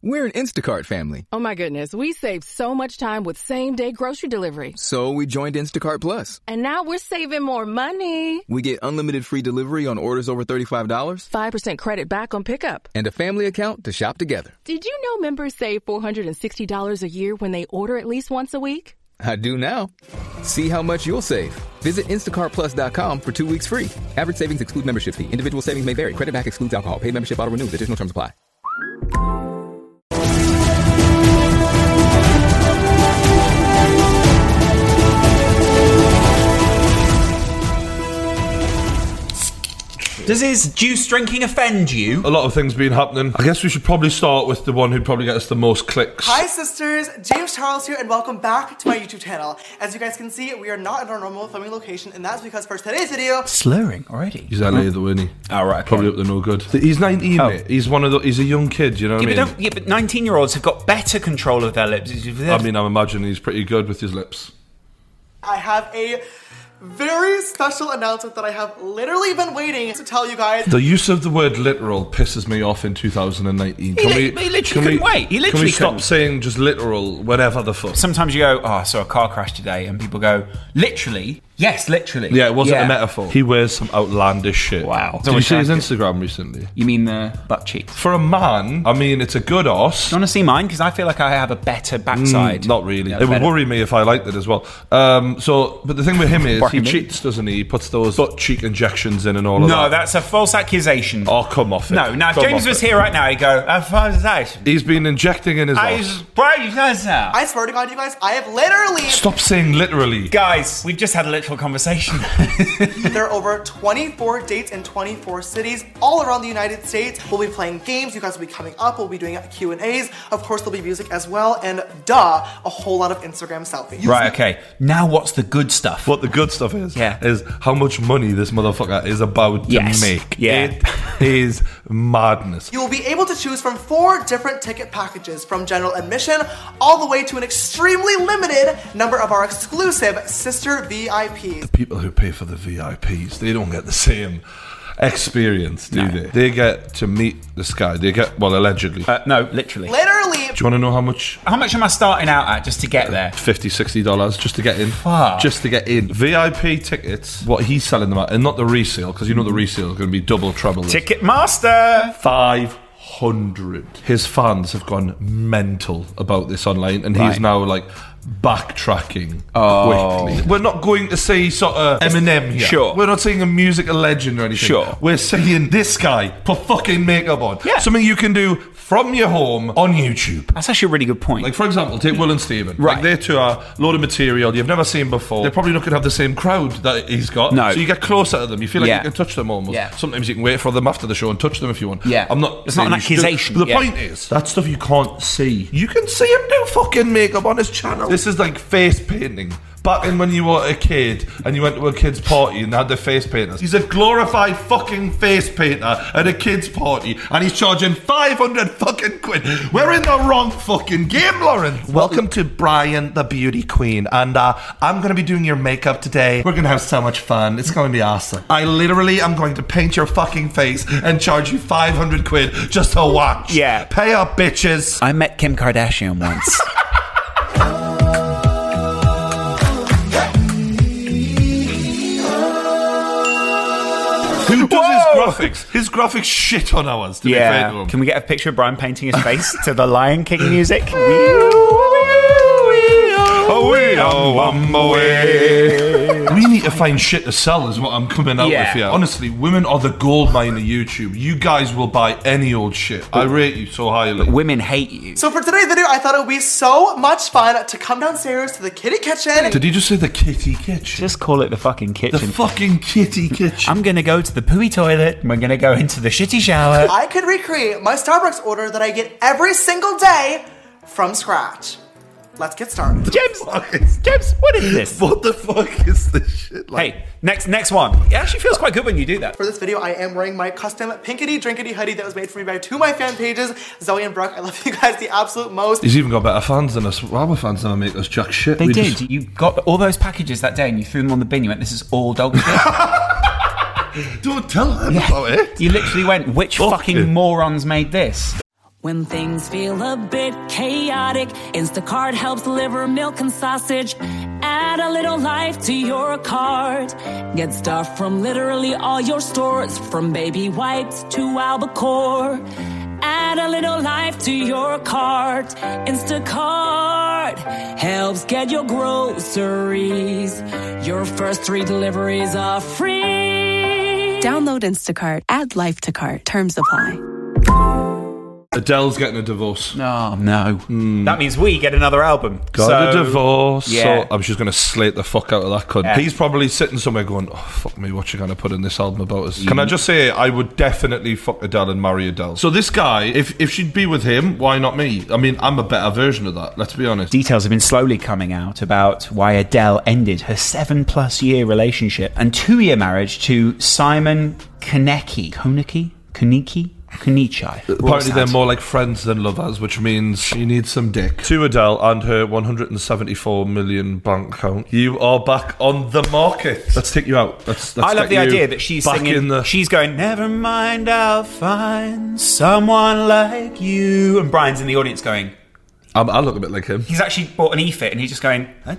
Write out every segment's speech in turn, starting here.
We're an Instacart family. Oh my goodness, we save so much time with same day grocery delivery. So we joined Instacart Plus. And now we're saving more money. We get unlimited free delivery on orders over $35 5% credit back on pickup. and a family account to shop together. Did you know members save $460 a year when they order at least once a week? I do now. See how much you'll save. Visit instacartplus.com for two weeks free. Average savings exclude membership fee. Individual savings may vary. Credit back excludes alcohol. Paid membership auto renews. Additional terms apply. Does his juice drinking offend you? A lot of things been happening. I guess we should probably start with the one who probably gets the most clicks. Hi, sisters. James Charles here, and welcome back to my YouTube channel. As you guys can see, we are not at our normal filming location, and that's because for today's video, Slurring already. He's LA though, isn't he? Oh, right, okay. Probably up to no good. He's 19, Oh. mate. He's one of the, he's a young kid, you know what Yeah, but, I mean? don't, yeah, but 19 year olds have got better control of their lips. I mean, I'm imagining he's pretty good with his lips. I have a very special announcement that I have literally been waiting to tell you guys. The use of the word literal pisses me off in 2019. He li- he literally couldn't wait. He can literally we stop couldn't. saying just literal whenever the fuck? sometimes you go, oh, I saw a car crash today, and people go, literally? Yes, literally. yeah, it wasn't a metaphor. He wears some outlandish shit. Wow. Did you see his Instagram recently? You mean the butt cheeks? For a man, I mean, it's a good ass. Do you want to see mine? Because I feel like I have a better backside. Mm, Not really. Yeah, it would better. worry me if I liked it as well. Um, so, but the thing with him is Worry he me. cheats, doesn't he? He puts those butt cheek injections in and all of No, that. that's a false accusation. Oh, come off it. no, now if Come James off was it. here right now, he'd go, a false accusation. He's been injecting in his I ass. I swear to God, you guys, I have literally Stop saying literally. Guys, we've just had a literal conversation. there are over 24 dates in 24 cities all around the United States. We'll be playing games. You guys will be coming up. We'll be doing Q and A's. Of course, there'll be music as well, and duh, a whole lot of Instagram selfies. right, okay. Now what's the good stuff? What the good stuff is, Yeah. is how much money this motherfucker is about to Yes. make. Yeah. It is madness. You will be able to choose from four different ticket packages from general admission all the way to an extremely limited number of our exclusive sister VIPs. People who pay for the VIPs, they don't get the same experience, do they? They get to meet this guy. They get, well, allegedly. Uh, no, literally. Literally, Do you want to know how much? How much am I starting out at just to get there? 50 dollars just to get in. Fuck. Just to get in. VIP tickets, what he's selling them at, and not the resale, because you Mm. know the resale is going to be double trouble. Ticketmaster! 500. His fans have gone mental about this online, and he's Right. now like backtracking quickly. We're not going to see sort of Eminem here. Oh. Sure. We're not seeing a musical legend or anything. Sure. We're seeing this guy put fucking makeup on. Yeah. Something you can do from your home on YouTube. That's actually a really good point. Like, for example, take Will and Steven. Like, Right. they two are a load of material you've never seen before. They're probably not going to have the same crowd that he's got. No. So you get closer to them. You feel like Yeah. you can touch them almost. Yeah. Sometimes you can wait for them after the show and touch them if you want. Yeah. I'm not. It's not saying an you should do it. accusation, But the yeah. point is, that stuff you can't see. You can see him do fucking makeup on his channel. This is like face painting. Back in when you were a kid and you went to a kid's party and they had the face painters. He's a glorified fucking face painter at a kid's party and he's charging 500 fucking quid. We're in the wrong fucking game, Lauren. Welcome to Brian the Beauty Queen and uh, I'm going to be doing your makeup today. We're going to have so much fun. It's going to be awesome. I literally am going to paint your fucking face and charge you 500 quid just to watch. Yeah. Pay up, bitches. I met Kim Kardashian once. Who does Whoa! his graphics? His graphics shit on ours, to be fair to yeah. him. Can we get a picture of Brian painting his face to the Lion King music? Oh, we are one away. We need to find shit to sell, is what I'm coming out Yeah. with here. Honestly, women are the gold mine of YouTube. You guys will buy any old shit. I rate you so highly. Women hate you. so for today's video, I thought it would be so much fun to come downstairs to the kitty kitchen. Did you just say the kitty kitchen? Just call it the fucking the kitchen. fucking kitty kitchen. I'm gonna go to the pooey toilet and we're gonna go into the shitty shower. I could recreate my Starbucks order that I get every single day from scratch. Let's get started. James! James, what is this? what the fuck is this shit like? Hey, next next one. It actually feels quite good when you do that. For this video, I am wearing my custom pinkity drinkity hoodie that was made for me by two of my fan pages, Zoe and Brooke. I love you guys the absolute most. He's even got better fans than us. Our fans never make us jack shit. They We did. just- You got all those packages that day and you threw them on the bin. You went, this is all dog shit. don't tell them about it. You literally went, which Fuck fucking you. morons made this? When things feel a bit chaotic, Instacart helps deliver milk and sausage. Add a little life to your cart. Get stuff from literally all your stores, from baby wipes to albacore. Add a little life to your cart. Instacart helps get your groceries. Your first three deliveries are free. Download Instacart. Add life to cart. Terms apply. Adele's getting a divorce. Oh, no. That means we get another album. Got So- a Hmm. divorce. yeah. So I'm just going to slate the fuck out of that cunt. Yeah. He's probably sitting somewhere going, oh, fuck me, what you going to put in this album about us? Can I just say, I would definitely fuck Adele and marry Adele. So this guy, if, if she'd be with him, why not me? I mean, I'm a better version of that, let's be honest. Details have been slowly coming out about why Adele ended her seven plus year relationship and two year marriage to Simon Konecki. Konecki? Konecki? Konechai. Apparently, they're more like friends than lovers, which means she needs some dick. To Adele and her 174 million bank account, you are back on the market. Let's take you out. Let's, I let's love get the you idea that she's back singing. In the- she's going, "Never mind, I'll find someone like you." And Brian's in the audience going, I, I look a bit like him. "He's actually bought an e-fit," and he's just going, "Huh?"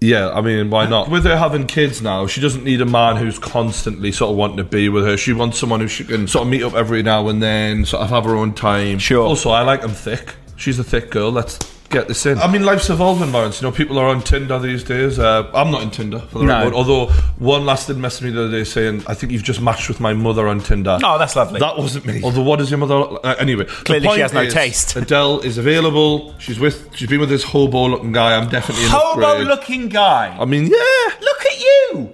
Yeah, I mean, why not? With her having kids now, she doesn't need a man who's constantly sort of wanting to be with her. She wants someone who she can sort of meet up every now and then, sort of have her own time. Sure. Also, I like them thick. She's a thick girl. Let's get this in. I mean, life's evolving, Lawrence. You know, people are on Tinder these days. Uh, I'm not in Tinder for the No. record. Although one last did message me the other day saying, "I think you've just matched with my mother on Tinder." "Oh, that's lovely." That wasn't me. Although, what does your mother? look like? Uh, anyway, the Clearly she point has no is, taste. Adele is available. She's with. She's been with this hobo-looking guy. I'm definitely an upgrade. Hobo-looking guy. I mean, yeah. Look at you.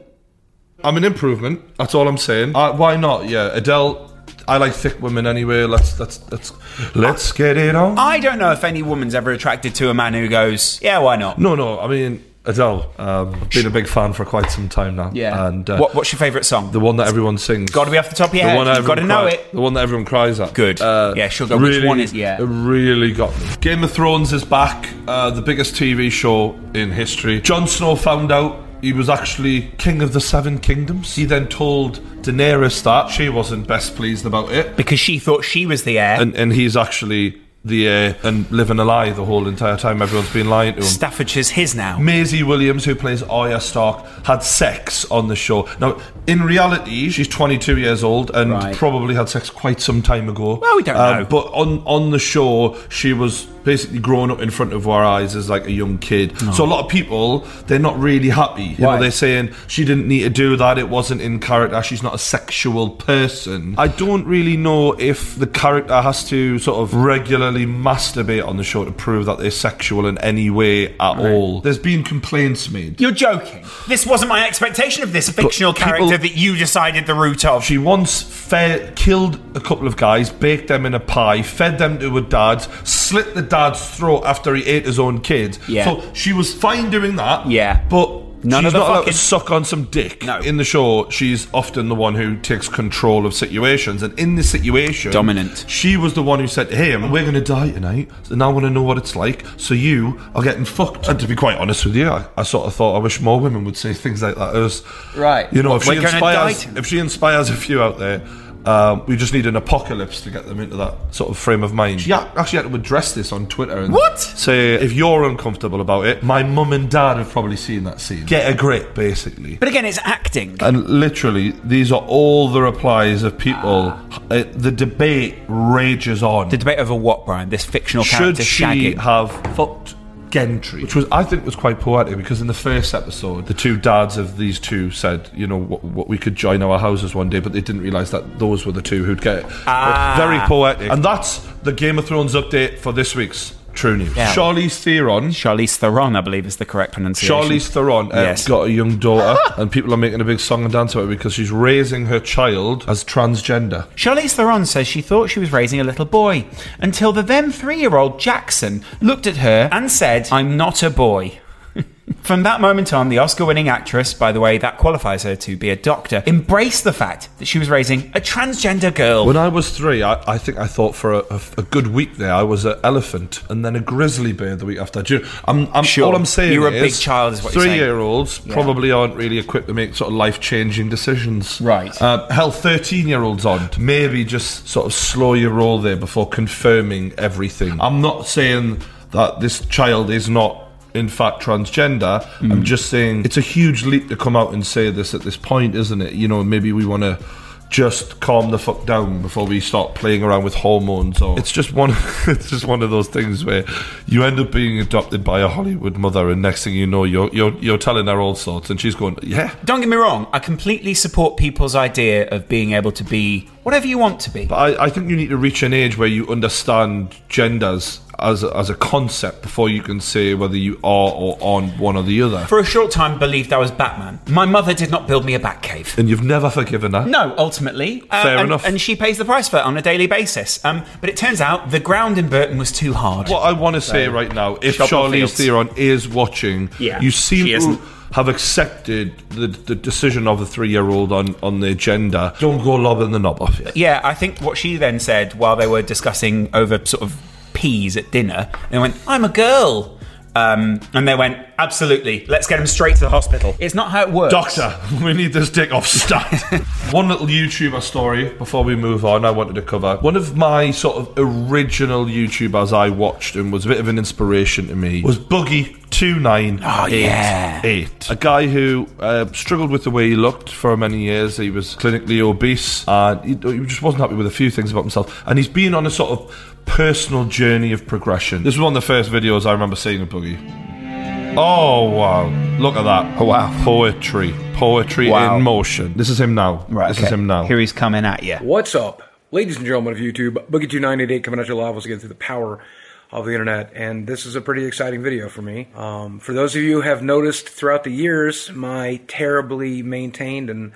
I'm an improvement. That's all I'm saying. Uh, why not? Yeah, Adele. I like thick women anyway. Let's let's let's let's get it on. I don't know if any woman's ever attracted to a man who goes, "Yeah, why not?" no, no. I mean, Adele. Um, been a big fan for quite some time now. Yeah. And uh, what, what's your favourite song? the one that everyone sings? Gotta be off the top of your head. You've everyone gotta know cries- it. The one that everyone cries at. Good. Yeah, she'll go, which Really, one is- yeah. It really got me. Game of Thrones is back. Uh, the biggest TV show in history. Jon Snow found out. He was actually king of the Seven Kingdoms. He then told Daenerys that she wasn't best pleased about it. because she thought she was the heir. and and he's actually the uh, and living a lie the whole entire time. Everyone's been lying to him. Staffordshire's his now. Maisie Williams, who plays Arya Stark, had sex on the show. Now, in reality, she's 22 years old and Right. probably had sex quite some time ago. Um, Well, we don't know. But on on the show, she was basically grown up in front of our eyes as like a young kid. So a lot of people they're not really happy. You Right. know, they're saying she didn't need to do that. It wasn't in character. She's not a sexual person. I don't really know if the character has to sort of regularly masturbate on the show to prove that they're sexual in any way at all. There's been complaints made. You're joking. This wasn't my expectation of this fictional people- character that you decided the root of. She once fed, killed a couple of guys, baked them in a pie, fed them to her dad, slit the dad's throat after he ate his own kid. Yeah. So she was fine doing that. Yeah. But None she's of the not allowed fucking- to suck on some dick. No. In the show, she's often the one who takes control of situations. And in this situation, Dominant. She was the one who said to him, We're going to die tonight, and I want to know what it's like. So you are getting fucked. And to be quite honest with you, I, I sort of thought I wish more women would say things like that. to us. Right. You know, if We're she, gonna die inspires, tonight. if she inspires a few out there, um, we just need an apocalypse to get them into that sort of frame of mind. Yeah, actually had to address this on Twitter. And What? Say, if you're uncomfortable about it, my mum and dad have probably seen that scene. Get a grip, basically. But again, it's acting. And literally, these are all the replies of people. Uh, the debate rages on. the debate over what, Brian? This fictional Should character she shagging. have fucked Gentry? Which was, I think, was quite poetic because in the first episode, the two dads of these two said, you know, what, what we could join our houses one day, but they didn't realise that those were the two who'd get it. Ah. Very poetic. And that's the Game of Thrones update for this week's True News. Yeah. Charlize Theron. Charlize Theron, I believe, is the correct pronunciation. Charlize Theron uh, Yes. got a young daughter, and people are making a big song and dance about it because she's raising her child as transgender. Charlize Theron says she thought she was raising a little boy until the then three year old Jackson looked at her and said, I'm not a boy. From that moment on, the Oscar winning actress, by the way, that qualifies her to be a doctor, embraced the fact that she was raising a transgender girl. When I was three, I, I think I thought for a, a, a good week there, I was an elephant and then a grizzly bear the week after. Do you, I'm, I'm, Sure. All I'm saying You're a big is child is what you're saying. Three-year-olds probably aren't really equipped to make sort of life-changing decisions. Right. Uh, hell, 13-year-olds aren't. Maybe just sort of slow your roll there before confirming everything. I'm not saying that this child is not... In fact, transgender. I'm just saying Mm. it's a huge leap to come out and say this at this point, isn't it? You know, maybe we want to just calm the fuck down before we start playing around with hormones or it's just one it's just one of those things where you end up being adopted by a Hollywood mother and next thing you know you're you're, you're telling her all sorts and she's going yeah Don't get me wrong, I completely support people's idea of being able to be whatever you want to be. but I, I think you need to reach an age where you understand genders as a, as a concept before you can say whether you are or aren't one or the other For a short time, believed I was Batman. My mother did not build me a Batcave. and you've never forgiven her No, ultimately. uh, Fair and, enough. And she pays the price for it on a daily basis. Um, but it turns out the ground in Burton was too hard. What I want to say right now, if Shop on Charlize fields. Theron is watching, Yeah, you she seem isn't. to have accepted the, the decision of the three-year-old on, on their gender. Don't go lobbing the knob off it. Yeah, I think what she then said while they were discussing over sort of peas at dinner, they went, I'm a girl. Um, and they went, absolutely, let's get him straight to the hospital. It's not how it works. Doctor, we need this dick off stat. One little YouTuber story before we move on, I wanted to cover. One of my sort of original YouTubers I watched and was a bit of an inspiration to me was Boogie298. Oh, yeah. A guy who uh, struggled with the way he looked for many years. He was clinically obese and he, he just wasn't happy with a few things about himself. And he's been on a sort of personal journey of progression. This was one of the first videos I remember seeing of Boogie. Oh wow! Look at that! Oh, wow. Poetry, poetry Wow. in motion. This is him now. Right, This is okay. him now. Here he's coming at you. What's up, ladies and gentlemen of YouTube? Boogie2988 coming at you live once again through the power of the internet, and this is a pretty exciting video for me. Um, for those of you who have noticed throughout the years, my terribly maintained and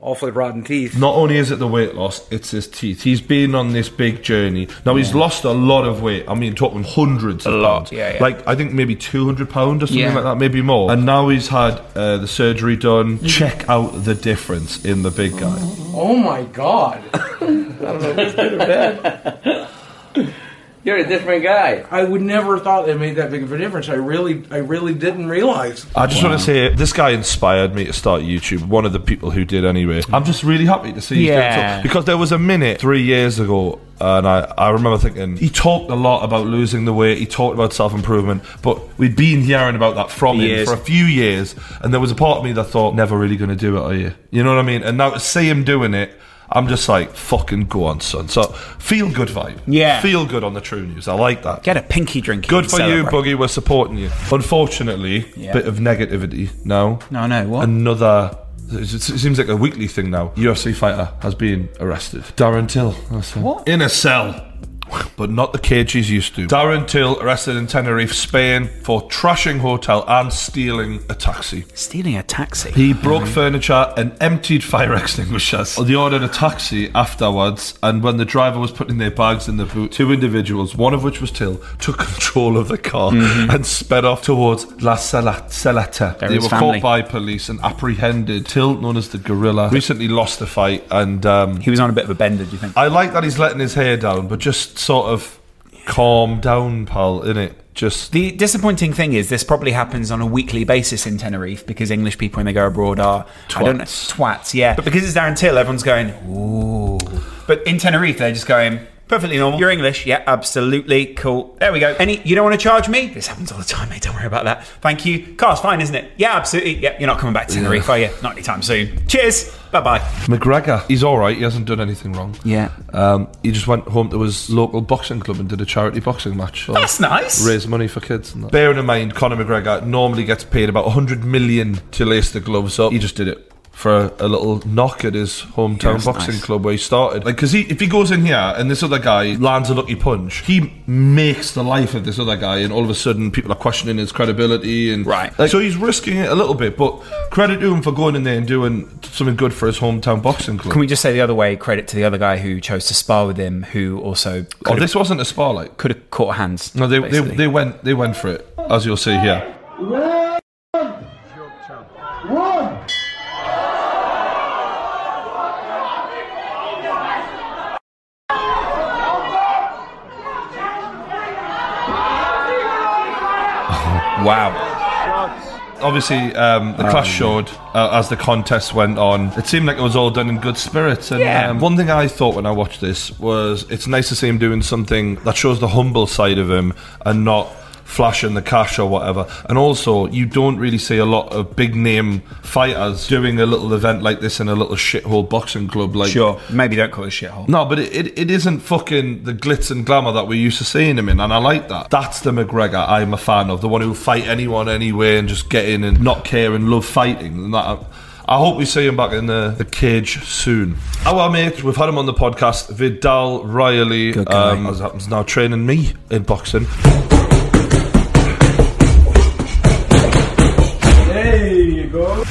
awfully rotten teeth. Not only is it the weight loss, it's his teeth. He's been on this big journey. Now he's lost a lot of weight. I mean, talking hundreds. A of lot, pounds. yeah, yeah. Like I think maybe two hundred pound or something Yeah. like that, maybe more. And now he's had uh, the surgery done. Mm-hmm. Check out the difference in the big guy. Oh my god! You're a different guy. I would never thought it made that big of a difference. I really, I really didn't realize. I just want to say this guy inspired me to start YouTube. One of the people who did anyway. I'm just really happy to see. he's doing Yeah. so- because there was a minute three years ago, and I, I remember thinking he talked a lot about losing the weight. He talked about self improvement, but we'd been hearing about that from him Years. for a few years, and there was a part of me that thought, never really going to do it, are you? You know what I mean? And now to see him doing it. I'm just like fucking go on, son. So feel good vibe. Yeah. feel good on the True News. I like that. Get a pinky drink. Good and for you, celebrate. Boogie. We're supporting you. Unfortunately, Yeah. bit of negativity now. No, no, what? Another. It seems like a weekly thing now. UFC fighter has been arrested. Darren Till. that's him. What? In a cell. But not the cage he's used to. Darren Till arrested in Tenerife, Spain for trashing hotel and stealing a taxi. Stealing a taxi. He broke furniture and emptied fire extinguishers. They ordered a taxi afterwards, and when the driver was putting their bags in the boot, two individuals, one of which was Till, took control of the car and sped off towards La Sala- Saleta. There they is were family. caught by police and apprehended. Till, known as the Gorilla, recently lost the fight, and um, He was on a bit of a bender, do you think? I like that he's letting his hair down, but just sort of calm down, pal, innit? Just The disappointing thing is this probably happens on a weekly basis in Tenerife because English people when they go abroad are I don't know, Twats. twats, yeah. But because it's Darren Till, everyone's going ooh. But in Tenerife, they're just going perfectly normal. You're English, yeah, absolutely cool. There we go. Any you don't want to charge me? This happens all the time, mate. Don't worry about that. Thank you. Car's fine, isn't it? Yeah, absolutely. Yeah, you're not coming back to Tenerife, are you? Not anytime soon. Cheers. Bye bye. McGregor, he's all right. He hasn't done anything wrong. Yeah. Um, he just went home to his local boxing club and did a charity boxing match. So That's nice. Raise money for kids. And that. Bearing in mind, Conor McGregor normally gets paid about 100 million to lace the gloves up. He just did it for a, a little knock at his Yeah, hometown that's boxing nice. club where he started. Like, because he, if he goes in here and this other guy lands a lucky punch, he makes the life of this other guy, and all of a sudden people are questioning his credibility. And Right. like, so he's risking it a little bit, but credit to him for going in there and doing something good for his hometown boxing club. Can we just say the other way? Credit to the other guy who chose to spar with him, who also could Oh, have- this wasn't a spar, like. could have caught hands. No, they, they basically. they went they went for it, as you'll see here. Wow. Obviously, um, the clash showed uh, as the contest went on. It seemed like it was all done in good spirits. And Yeah. um, one thing I thought when I watched this was it's nice to see him doing something that shows the humble side of him and not flashing the cash or whatever. And also, you don't really see a lot of big name fighters doing a little event like this in a little shithole boxing club. Like, Sure. Maybe don't call it shithole. No, but it, it, it isn't fucking the glitz and glamour that we're used to seeing him in, and I like that. That's the McGregor I'm a fan of, the one who'll fight anyone anyway and just get in and not care and love fighting. And that, I hope we see him back in the, the cage soon. Our mate, we've had him on the podcast, Vidal Riley, guy. um, as happens now training me in boxing.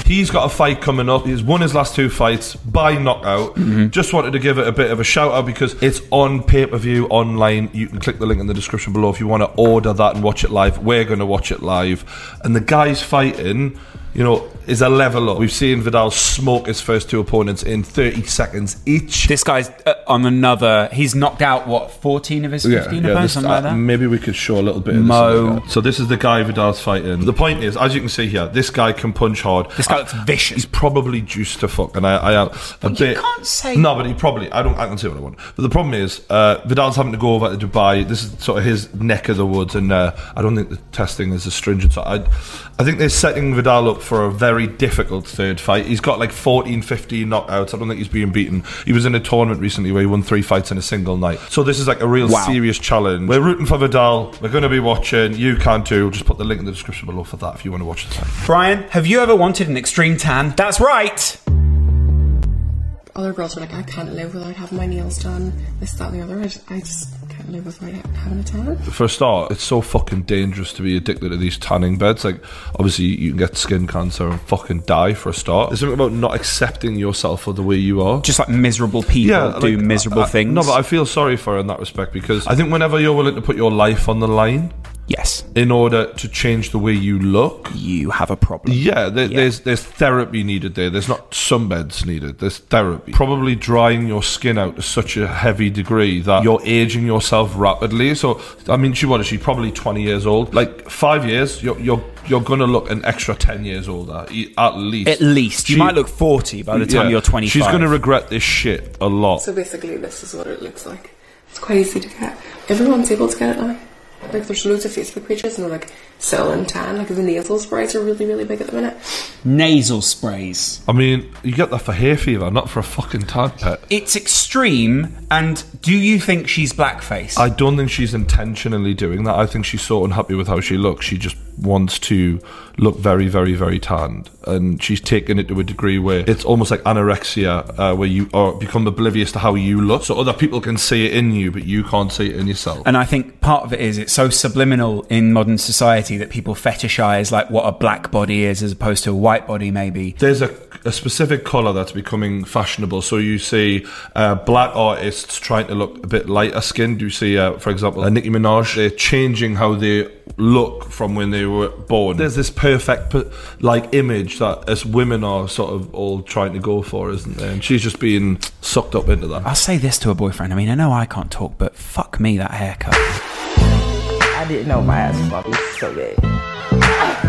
He's got a fight coming up. He's won his last two fights by knockout. Just wanted to give it a bit of a shout out because it's on pay per view online. You can click the link in the description below if you want to order that and watch it live. We're going to watch it live. And the guy's fighting, you know, is a level up. We've seen Vidal smoke his first two opponents in 30 seconds each. This guy's uh, on another. He's knocked out, what, 14 of his 15 opponents? this- something like uh, that? Maybe we could show a little bit of this Mo. in there. So this is the guy Vidal's fighting. The point is, as you can see here, this guy can punch hard. This guy looks vicious. Uh, He's probably juiced to fuck, and I, I am a you bit. can't say- no, but he probably. I don't. I can say what I want. But the problem is, uh, Vidal's having to go over to Dubai. This is sort of his neck of the woods, and uh, I don't think the testing is as stringent. So I, I think they're setting Vidal up for a very difficult third fight. He's got like 14, 15 knockouts. I don't think he's being beaten. He was in a tournament recently where he won three fights in a single night. So this is like a real Wow. serious challenge. We're rooting for Vidal. We're going to be watching. You can too. We'll just put the link in the description below for that if you want to watch the fight. Brian, have you ever wanted an extreme tan? That's right. Other girls are like, I can't live without having my nails done, this, that, and the other. I just, I just can't live without having a tan. for a start, it's so fucking dangerous to be addicted to these tanning beds. Like, obviously, you can get skin cancer and fucking die for a start. There's something about not accepting yourself for the way you are. Just like miserable people do like, miserable I- I- things. No, but I feel sorry for her in that respect because I think whenever you're willing to put your life on the line yes, in order to change the way you look, you have a problem. yeah, there, there's there's therapy needed there. There's not sunbeds needed. There's therapy. Probably drying your skin out to such a heavy degree that you're aging yourself rapidly. So I mean, she what is she? Probably 20 years old. Like five years, you're you're you're gonna look an extra 10 years older e- at least. At least. You She- might look 40 by the time yeah. you're 25. She's gonna regret this shit a lot. So basically, this is what it looks like. It's quite easy to get. Everyone's able to get it now. Like, there's loads of Facebook pages, and they're like, selling tan. Like, the nasal sprays are really, really big at the minute. Nasal sprays. I mean, you get that for hair fever, not for a fucking tad pet. It's extreme, and do you think she's blackface? I don't think she's intentionally doing that. I think she's so unhappy with how she looks. She just wants to look very, very, very tanned, and she's taken it to a degree where it's almost like anorexia, uh, where you are become oblivious to how you look, so other people can see it in you, but you can't see it in yourself. and I think part of it is it's so subliminal in modern society that people fetishize like what a black body is as opposed to a white body, maybe. there's a, a specific color that's becoming fashionable. So you see uh, black artists trying to look a bit lighter skinned. You see, uh, for example, uh, Nicki Minaj. They're changing how they look from when they were born. There's this perfect per- like image that us women are sort of all trying to go for, isn't there? And she's just being sucked up into that. I'll say this to a boyfriend. I mean, I know I can't talk, but fuck me, that haircut. I didn't know my ass was fucking so big.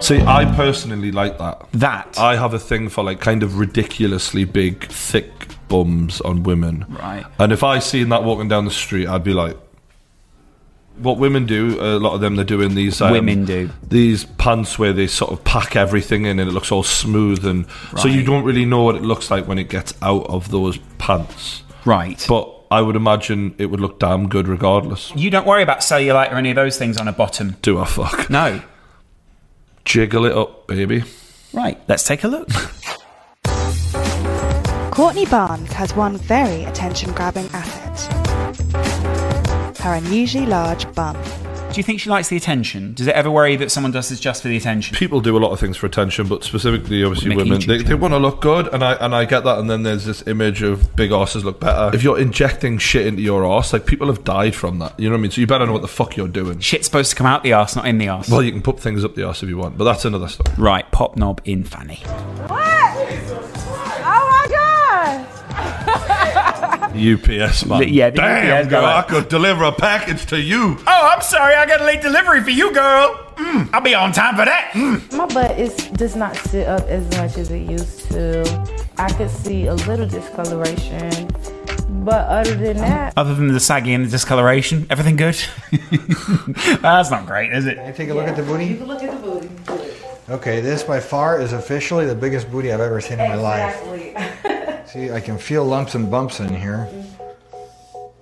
See, I personally like that. That. I have a thing for like kind of ridiculously big, thick bums on women. Right. And if I seen that walking down the street, I'd be like, what women do, a lot of them, they're doing these. Um, Women do. These pants where they sort of pack everything in and it looks all smooth. And so you Right. don't really know what it looks like when it gets out of those pants. right. But I would imagine it would look damn good regardless. you don't worry about cellulite or any of those things on a bottom. Do I fuck? No. Jiggle it up, baby. Right. Let's take a look. Courtney Barnes has one very attention grabbing asset her unusually large bum. Do you think she likes the attention? Does it ever worry that someone does this just for the attention? people do a lot of things for attention, but specifically, obviously, Make a women. YouTube They, they channel. want to look good, and I and I get that. And then there's this image of big asses look better. If you're injecting shit into your ass, like people have died from that. You know what I mean? So you better know what the fuck you're doing. Shit's supposed to come out the arse, not in the arse. Well, you can put things up the ass if you want, but that's another story. right, pop knob in Oh, fanny. What? Oh my god! UPS man. Yeah, the Damn, UPS girl, guy. I could deliver a package to you. Oh, I'm sorry, I got a late delivery for you, girl. Mm, I'll be on time for that. Mm. My butt is does not sit up as much as it used to. I could see a little discoloration, but other than that, Other than the saggy and the discoloration, everything good? That's not great, is it? Can I take a look at the booty? Look at the booty. Okay, this by far is officially the biggest booty I've ever seen in my life. Exactly. See, I can feel lumps and bumps in here.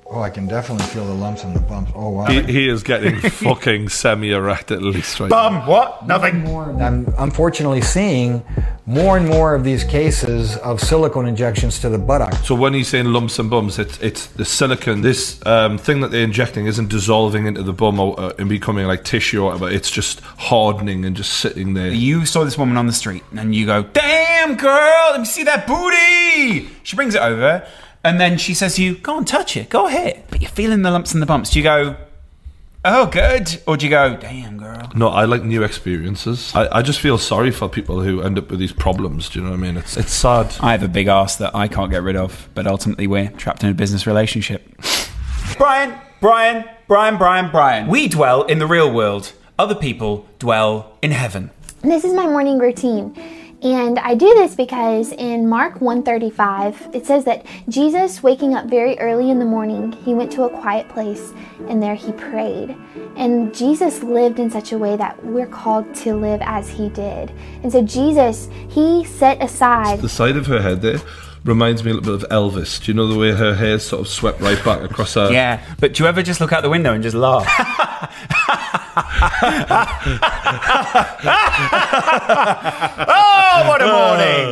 Oh, I can definitely feel the lumps and the bumps. Oh wow. He, he is getting fucking semi erect at least right now. Bum, what? Nothing. I'm unfortunately seeing more and more of these cases of silicone injections to the buttock. So when he's saying lumps and bums, it's it's the silicon. This um, thing that they're injecting isn't dissolving into the bum or, uh, and becoming like tissue or whatever. It's just hardening and just sitting there. You saw this woman on the street and you go, Damn, girl, let me see that booty. She brings it over and then she says to you, Go and touch it, go ahead. But you're feeling the lumps and the bumps. Do you go, Oh, good? Or do you go, Damn, girl? No, I like new experiences. I, I just feel sorry for people who end up with these problems. Do you know what I mean? It's it's sad. I have a big ass that I can't get rid of, but ultimately we're trapped in a business relationship. Brian, Brian, Brian, Brian, Brian. We dwell in the real world, other people dwell in heaven. This is my morning routine. And I do this because in Mark 135 it says that Jesus waking up very early in the morning, he went to a quiet place and there he prayed. And Jesus lived in such a way that we're called to live as he did. And so Jesus, he set aside The side of her head there reminds me a little bit of Elvis. Do you know the way her hair sort of swept right back across her? Yeah, but do you ever just look out the window and just laugh? oh, what a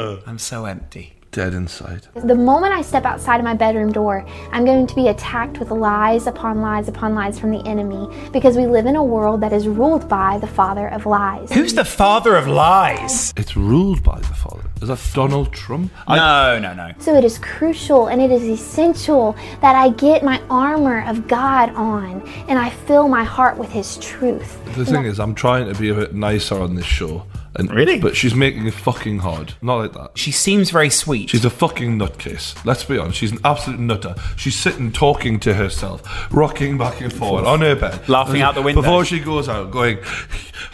morning! I'm so empty. Dead inside. The moment I step outside of my bedroom door, I'm going to be attacked with lies upon lies upon lies from the enemy because we live in a world that is ruled by the father of lies. Who's the father of lies? It's ruled by the father. Is that Donald Trump? No, no, no. So it is crucial and it is essential that I get my armor of God on and I fill my heart with his truth. The thing is, I'm trying to be a bit nicer on this show. And, really? But she's making it fucking hard. Not like that. She seems very sweet. She's a fucking nutcase. Let's be honest. She's an absolute nutter. She's sitting talking to herself, rocking back and forward on her bed, Laughing out the window. Before she goes out, going,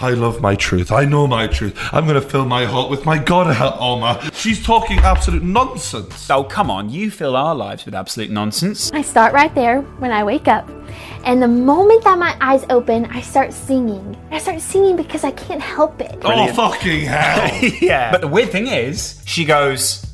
I love my truth. I know my truth. I'm going to fill my heart with my God help armor. She's talking absolute nonsense. Oh, come on. You fill our lives with absolute nonsense. I start right there when I wake up. And the moment that my eyes open, I start singing. I start singing because I can't help it. Oh, fucking hell. yeah. But the weird thing is, she goes,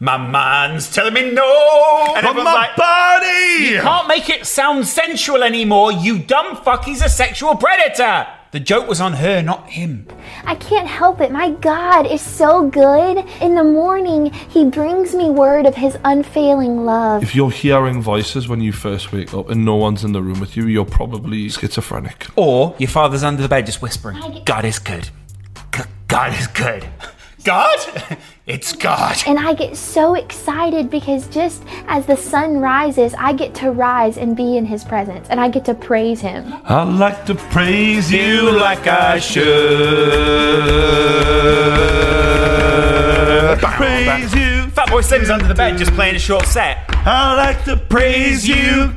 My mind's telling me no. But everyone's my body! You can't make it sound sensual anymore. You dumb fuck, he's a sexual predator. The joke was on her, not him. I can't help it. My God is so good. In the morning, He brings me word of His unfailing love. If you're hearing voices when you first wake up and no one's in the room with you, you're probably schizophrenic. Or your father's under the bed just whispering, God is good. G- God is good. God? it's God. And I get so excited because just as the sun rises, I get to rise and be in His presence and I get to praise Him. I like to praise you like I should. Praise you. Fat Boy Slim's under the bed just playing a short set. I like to praise you.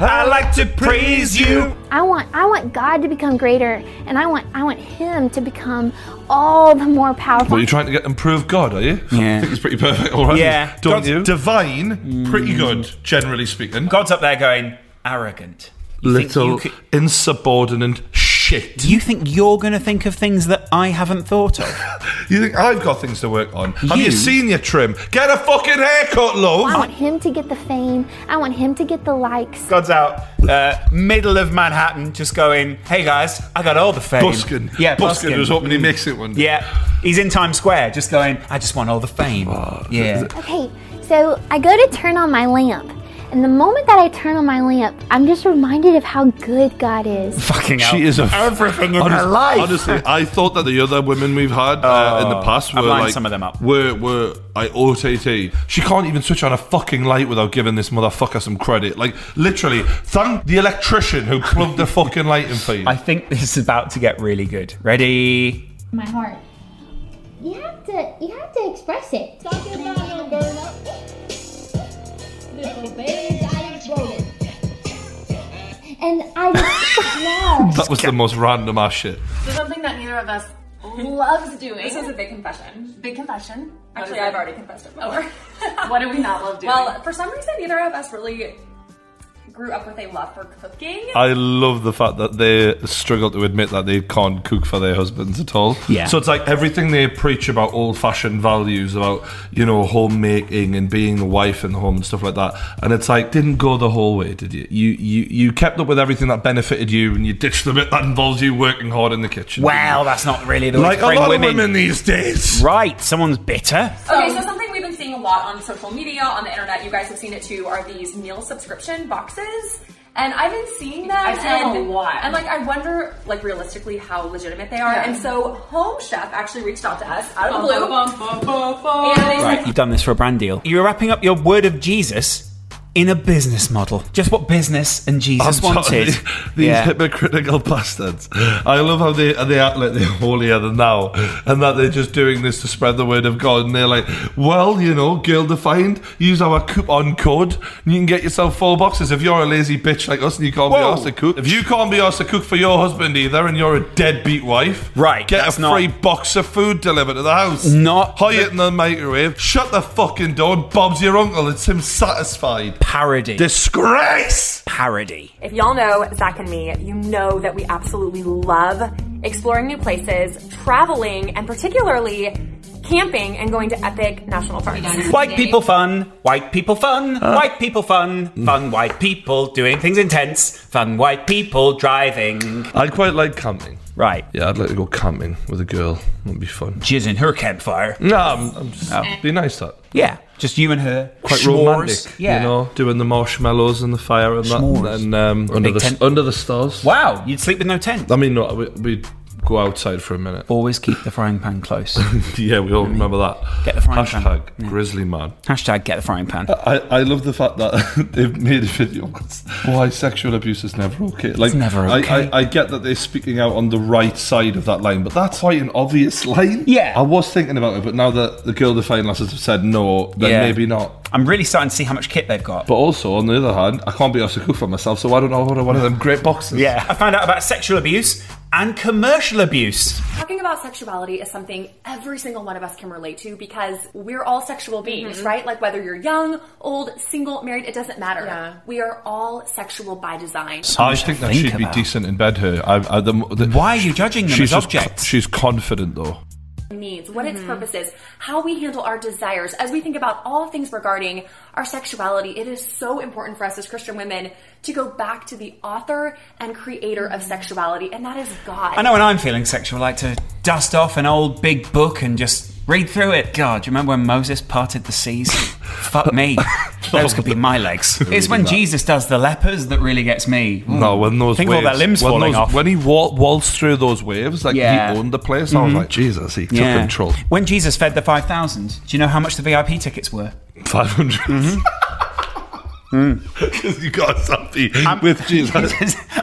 I like to praise you. I want I want God to become greater and I want I want Him to become all the more What, powerful. you're trying to get improve God, are you? Yeah. I think it's pretty perfect already. Yeah. Don't God's you? Divine, Mm. pretty good, generally speaking. God's up there going, arrogant. You think Little you could- insubordinate shit. You think you're going to think of things that I haven't thought of? You think I've got things to work on? Have You- you seen your trim? Get a fucking haircut, I love. want Him to get the fame. I want Him to get the likes. God's out, uh, middle of Manhattan, just going, hey guys, I got all the fame. Buskin. Yeah, Buskin. Buskin. was hoping he makes it one day. Yeah. He's in Times Square, just going, I just want all the fame. Oh, yeah. Okay, so I go to turn on my lamp, and the moment that I turn on my lamp, I'm just reminded of how good God is. Fucking She is a everything in Honest- her life. Honestly, I thought that the other women we've had uh, in the past were Oh, I've lined like some of them up. Were were I OTT. She can't even switch on a fucking light without giving this motherfucker some credit. Like literally, thank the electrician who plugged the fucking light in for you. I think this is about to get really good. Ready? my heart. You have to you have to express it. Talking about Baby, I exploded. And I just love. That was the most random ass shit. So something that neither of us loves doing. This is a big confession. Big confession. What Actually, I've already confessed it before. what do we not love doing? Well, for some reason, neither of us really grew up with a love for cooking. I love the fact that they struggle to admit that they can't cook for their husbands at all. Yeah. So it's like everything they preach about old fashioned values, about, you know, homemaking and being the wife in the home and stuff like that. And it's like, didn't go the whole way, did you? You you, you kept up with everything that benefited you and you ditched the bit that involves you working hard in the kitchen. Wow, that's not really the way Like to frame a lot of women. women these days. Right, someone's bitter. Okay, so something we've been seeing a lot on social media, on the internet, you guys have seen it too, are these meal subscription boxes. And I've been seeing them. I've seen them and, a lot. And like, I wonder, like, realistically, how legitimate they are. Yeah. And so, Home Chef actually reached out to us out of the blue. And they Right, you've done this for a brand deal. You're wrapping up your word of Jesus in a business model. Just what business and Jesus I'm wanted. sorry. These hypocritical bastards. I love how they they act like they're holier than thou, and that they're just doing this to spread the word of God. And they're like, "Well, you know, girl defined. Use our coupon code, and you can get yourself four boxes. If you're a lazy bitch like us and you can't be Whoa. asked to cook, if you can't be asked to cook for your husband either, and you're a deadbeat wife, right? Get that's a free not- box of food delivered to the house. Not hide it in the microwave. Shut the fucking door. and Bob's your uncle. It's him satisfied. Parody. Disgrace. Parody. If y'all know Zach and me, you know that we absolutely love exploring new places, traveling, and particularly camping and going to epic national parks. White people fun, white people fun, white people fun, fun white people doing things intense, fun white people driving. I quite like camping. Right. Yeah, I'd like to go camping with a girl. That'd be fun. Jizz in her campfire. No, I'm, I'm just, Oh. be nice that. Yeah, just you and her. Quite S'mores. romantic, Yeah. you know, doing the marshmallows and the fire and S'mores. that, and um, under big the tent. under the stars. Wow, you'd sleep with no tent. I mean, no, we, we'd go outside for a minute. Always keep the frying pan close. yeah, we all remember that. Get the frying Hashtag pan. Grizzly Man. Hashtag get the frying pan. I, I love the fact that they've made a video that's why sexual abuse is never okay. Like, never I- okay. I, I, get that they're speaking out on the right side of that line, but that's quite an obvious line. Yeah. I was thinking about it, but now that the Girl Defiant Lasses have said no, then Yeah. maybe not. I'm really starting to see how much kit they've got. But also, on the other hand, I can't be asked to cook for myself, so I don't order one of them great boxes. Yeah. I found out about sexual abuse and commercial abuse. Talking about sexuality is something every single one of us can relate to because we're all sexual beings, Mhm. right? Like whether you're young, old, single, married, it doesn't matter. Yeah. We are all sexual by design. I think that she'd be decent in bed. Her, I, I, the, the, why are you judging them she's as just co- objects? she's confident though. needs, what its purpose is, how we handle our desires. As we think about all things regarding our sexuality, it is so important for us as Christian women to go back to the author and creator of sexuality, and that is God. I know when I'm feeling sexual, I like to dust off an old big book and just read through it. God, do you remember when Moses parted the seas? Fuck me. Those could be my legs. It's when Reading that. Jesus does the lepers that really gets me. No, when those Mm. Think of all waves, their limbs when falling those- off. when he wa- waltzed through those waves, like Yeah. he owned the place. I was Mhm. like, Jesus, he Yeah. took control. When Jesus fed the 5,000, do you know how much the VIP tickets were? Five Mm-hmm. you got something with Jesus.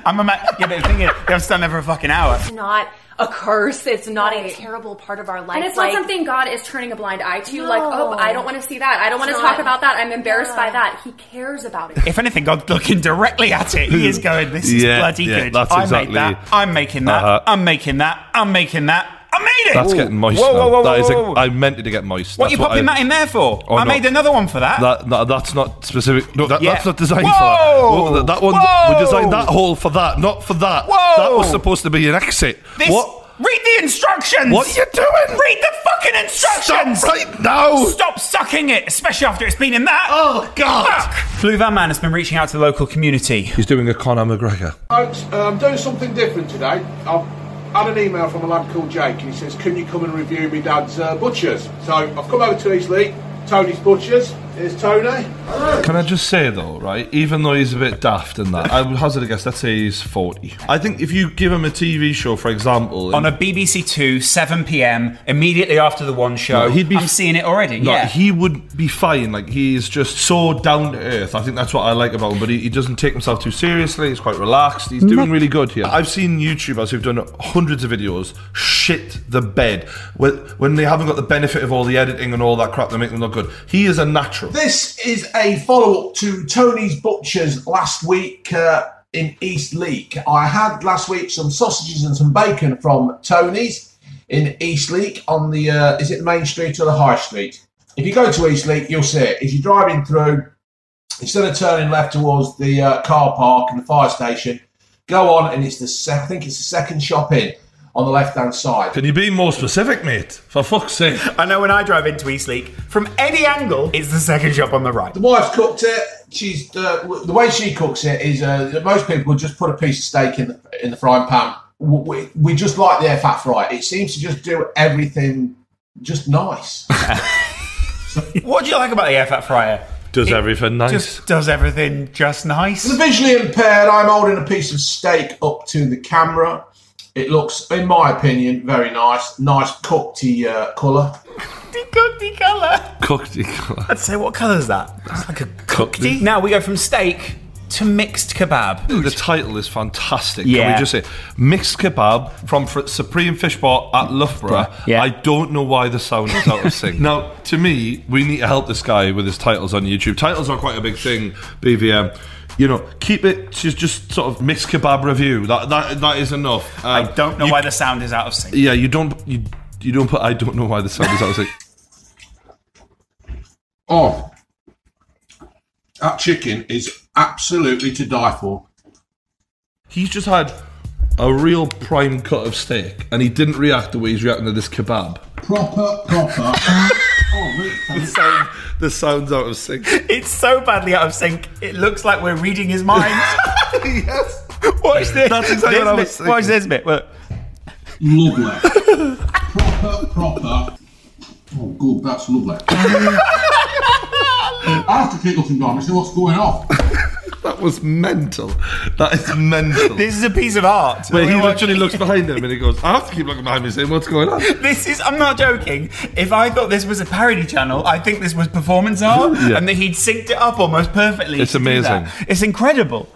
I'm a man. Yeah, but the thing is, they have to stand there for a fucking hour. It's not a curse. It's not a terrible part of our life. And it's Like- not something God is turning a blind eye to. No. Like, oh, I don't want to see that. I don't want to It's talk not- about that. I'm embarrassed Yeah. by that. He cares about it. If anything, God's looking directly at it. He is going, "This is Yeah, bloody yeah, good. that's I exactly- made that. I'm making that. Uh-huh. I'm making that. I'm making that. I made it. That's Ooh. getting moist. Whoa, now. whoa, whoa, That is a- whoa, whoa. I meant it to get moist. What That's you popping I- that in there for? Oh, I no. made another one for that. That, no, that's not specific. No, that, Yeah. that's not designed Whoa! for that. Oh, that. That one, Whoa! we designed that hole for that, not for that. Whoa! That was supposed to be an exit. This- What? Read the instructions. What are you doing? Read the fucking instructions. Stop right now. Stop sucking it, especially after it's been in that. Oh God. Fuck. Blue Van Man has been reaching out to the local community. He's doing a Conor McGregor. Folks, uh, I'm doing something different today. I've had an email from a lad called Jake, and he says, "Can you come and review my dad's uh, butchers?" So I've come over to East Leigh, Tony's butchers. Here's Tony. Can I just say though, right? Even though he's a bit daft and that, I would hazard a guess. Let's say he's forty. I think if you give him a TV show, for example, On a BBC Two, 7 p.m. immediately after the one show. No, he'd be- I'm seeing it already. No, yeah. he would be fine. Like he's just so down to earth. I think that's what I like about him. But he, he doesn't take himself too seriously. He's quite relaxed. He's doing really good here. I've seen YouTubers who've done hundreds of videos shit the bed when when they haven't got the benefit of all the editing and all that crap. They make them look good. He is a natural. Sure. This is a follow up to Tony's Butchers last week uh, in East Leek. I had last week some sausages and some bacon from Tony's in East Leek on the, uh, is it Main Street or the High Street? If you go to East Leek, you'll see it. If you're driving through, instead of turning left towards the uh, car park and the fire station, go on and it's the, sec- I think it's the second shop in on the left hand side. Can you be more specific, mate? For fuck's sake. I know when I drive into East Leek, from any angle, it's the second shop on the right. The wife's cooked it. She's uh, w- the way she cooks it is uh, that most people just put a piece of steak in the, in the frying pan. W- We, we just like their fat fry. It seems to just do everything just nice. what do you like about the air fat fryer? Does everything nice. Just does everything just nice. The visually impaired, I'm holding a piece of steak up to the camera. It looks, in my opinion, very nice. Nice cookedy uh, colour. Cookty colour. Cooked. I'd say, what colour is that? It's like a cookty. Now we go from steak to mixed kebab. The title is fantastic. Can Yeah. we just say mixed kebab from Fr- Supreme Fish Bar at Loughborough? Yeah. I don't know why the sound is out of sync. Now, to me, we need to help this guy with his titles on YouTube. Titles are quite a big thing, BVM. You know, keep it to just sort of mixed kebab review. That that, that is enough. Um, I don't know why the sound is out of sync. Yeah, you don't you you don't put. I don't know why the sound is out of sync. Oh, that chicken is absolutely to die for. He's just had a real prime cut of steak, and he didn't react the way he's reacting to this kebab. Proper, proper. Oh, the, sound, the sound's out of sync. It's so badly out of sync. It looks like we're reading his mind. yes. Watch this. That's exactly This what I bit- was thinking. Watch this bit. Look. Lovely. proper, proper. Oh, good, that's lovely. I have to pick up and go and see what's going on. That was mental. That is mental. This is a piece of art. Where he literally looks behind him and he goes, I have to keep looking behind me saying, what's going on? This is, I'm not joking. If I thought this was a parody channel, I think this was performance art Yeah. and that he'd synced it up almost perfectly. It's to do amazing. that. It's incredible.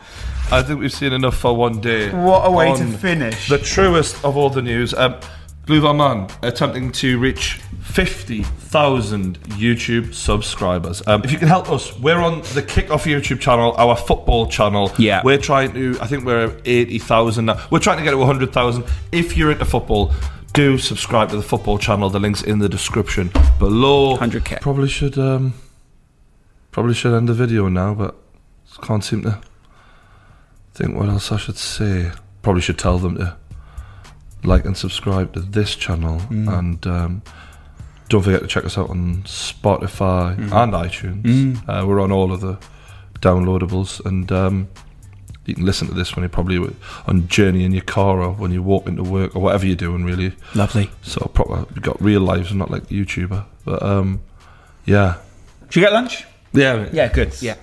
I think we've seen enough for one day. What a way to On finish. The truest of all the news. Um, Blue Van Man attempting to reach 50,000 YouTube subscribers. Um, if you can help us, we're on the Kickoff YouTube channel, our football channel. Yeah. We're trying to, I think we're at 80,000 now. We're trying to get to 100,000. If you're into football, do subscribe to the football channel. The link's in the description below. 100k. Probably should, um, probably should end the video now, but can't seem to think what else I should say. Probably should tell them to like and subscribe to this channel Mm. and um, don't forget to check us out on Spotify Mhm. and iTunes. Mm. Uh, we're on all of the downloadables and um, you can listen to this when you're probably w- on journey in your car or when you're walking to work or whatever you're doing really. Lovely. So proper we've got real lives and not like YouTuber. But um, yeah. Should we get lunch? Yeah. Yeah, good. Yeah.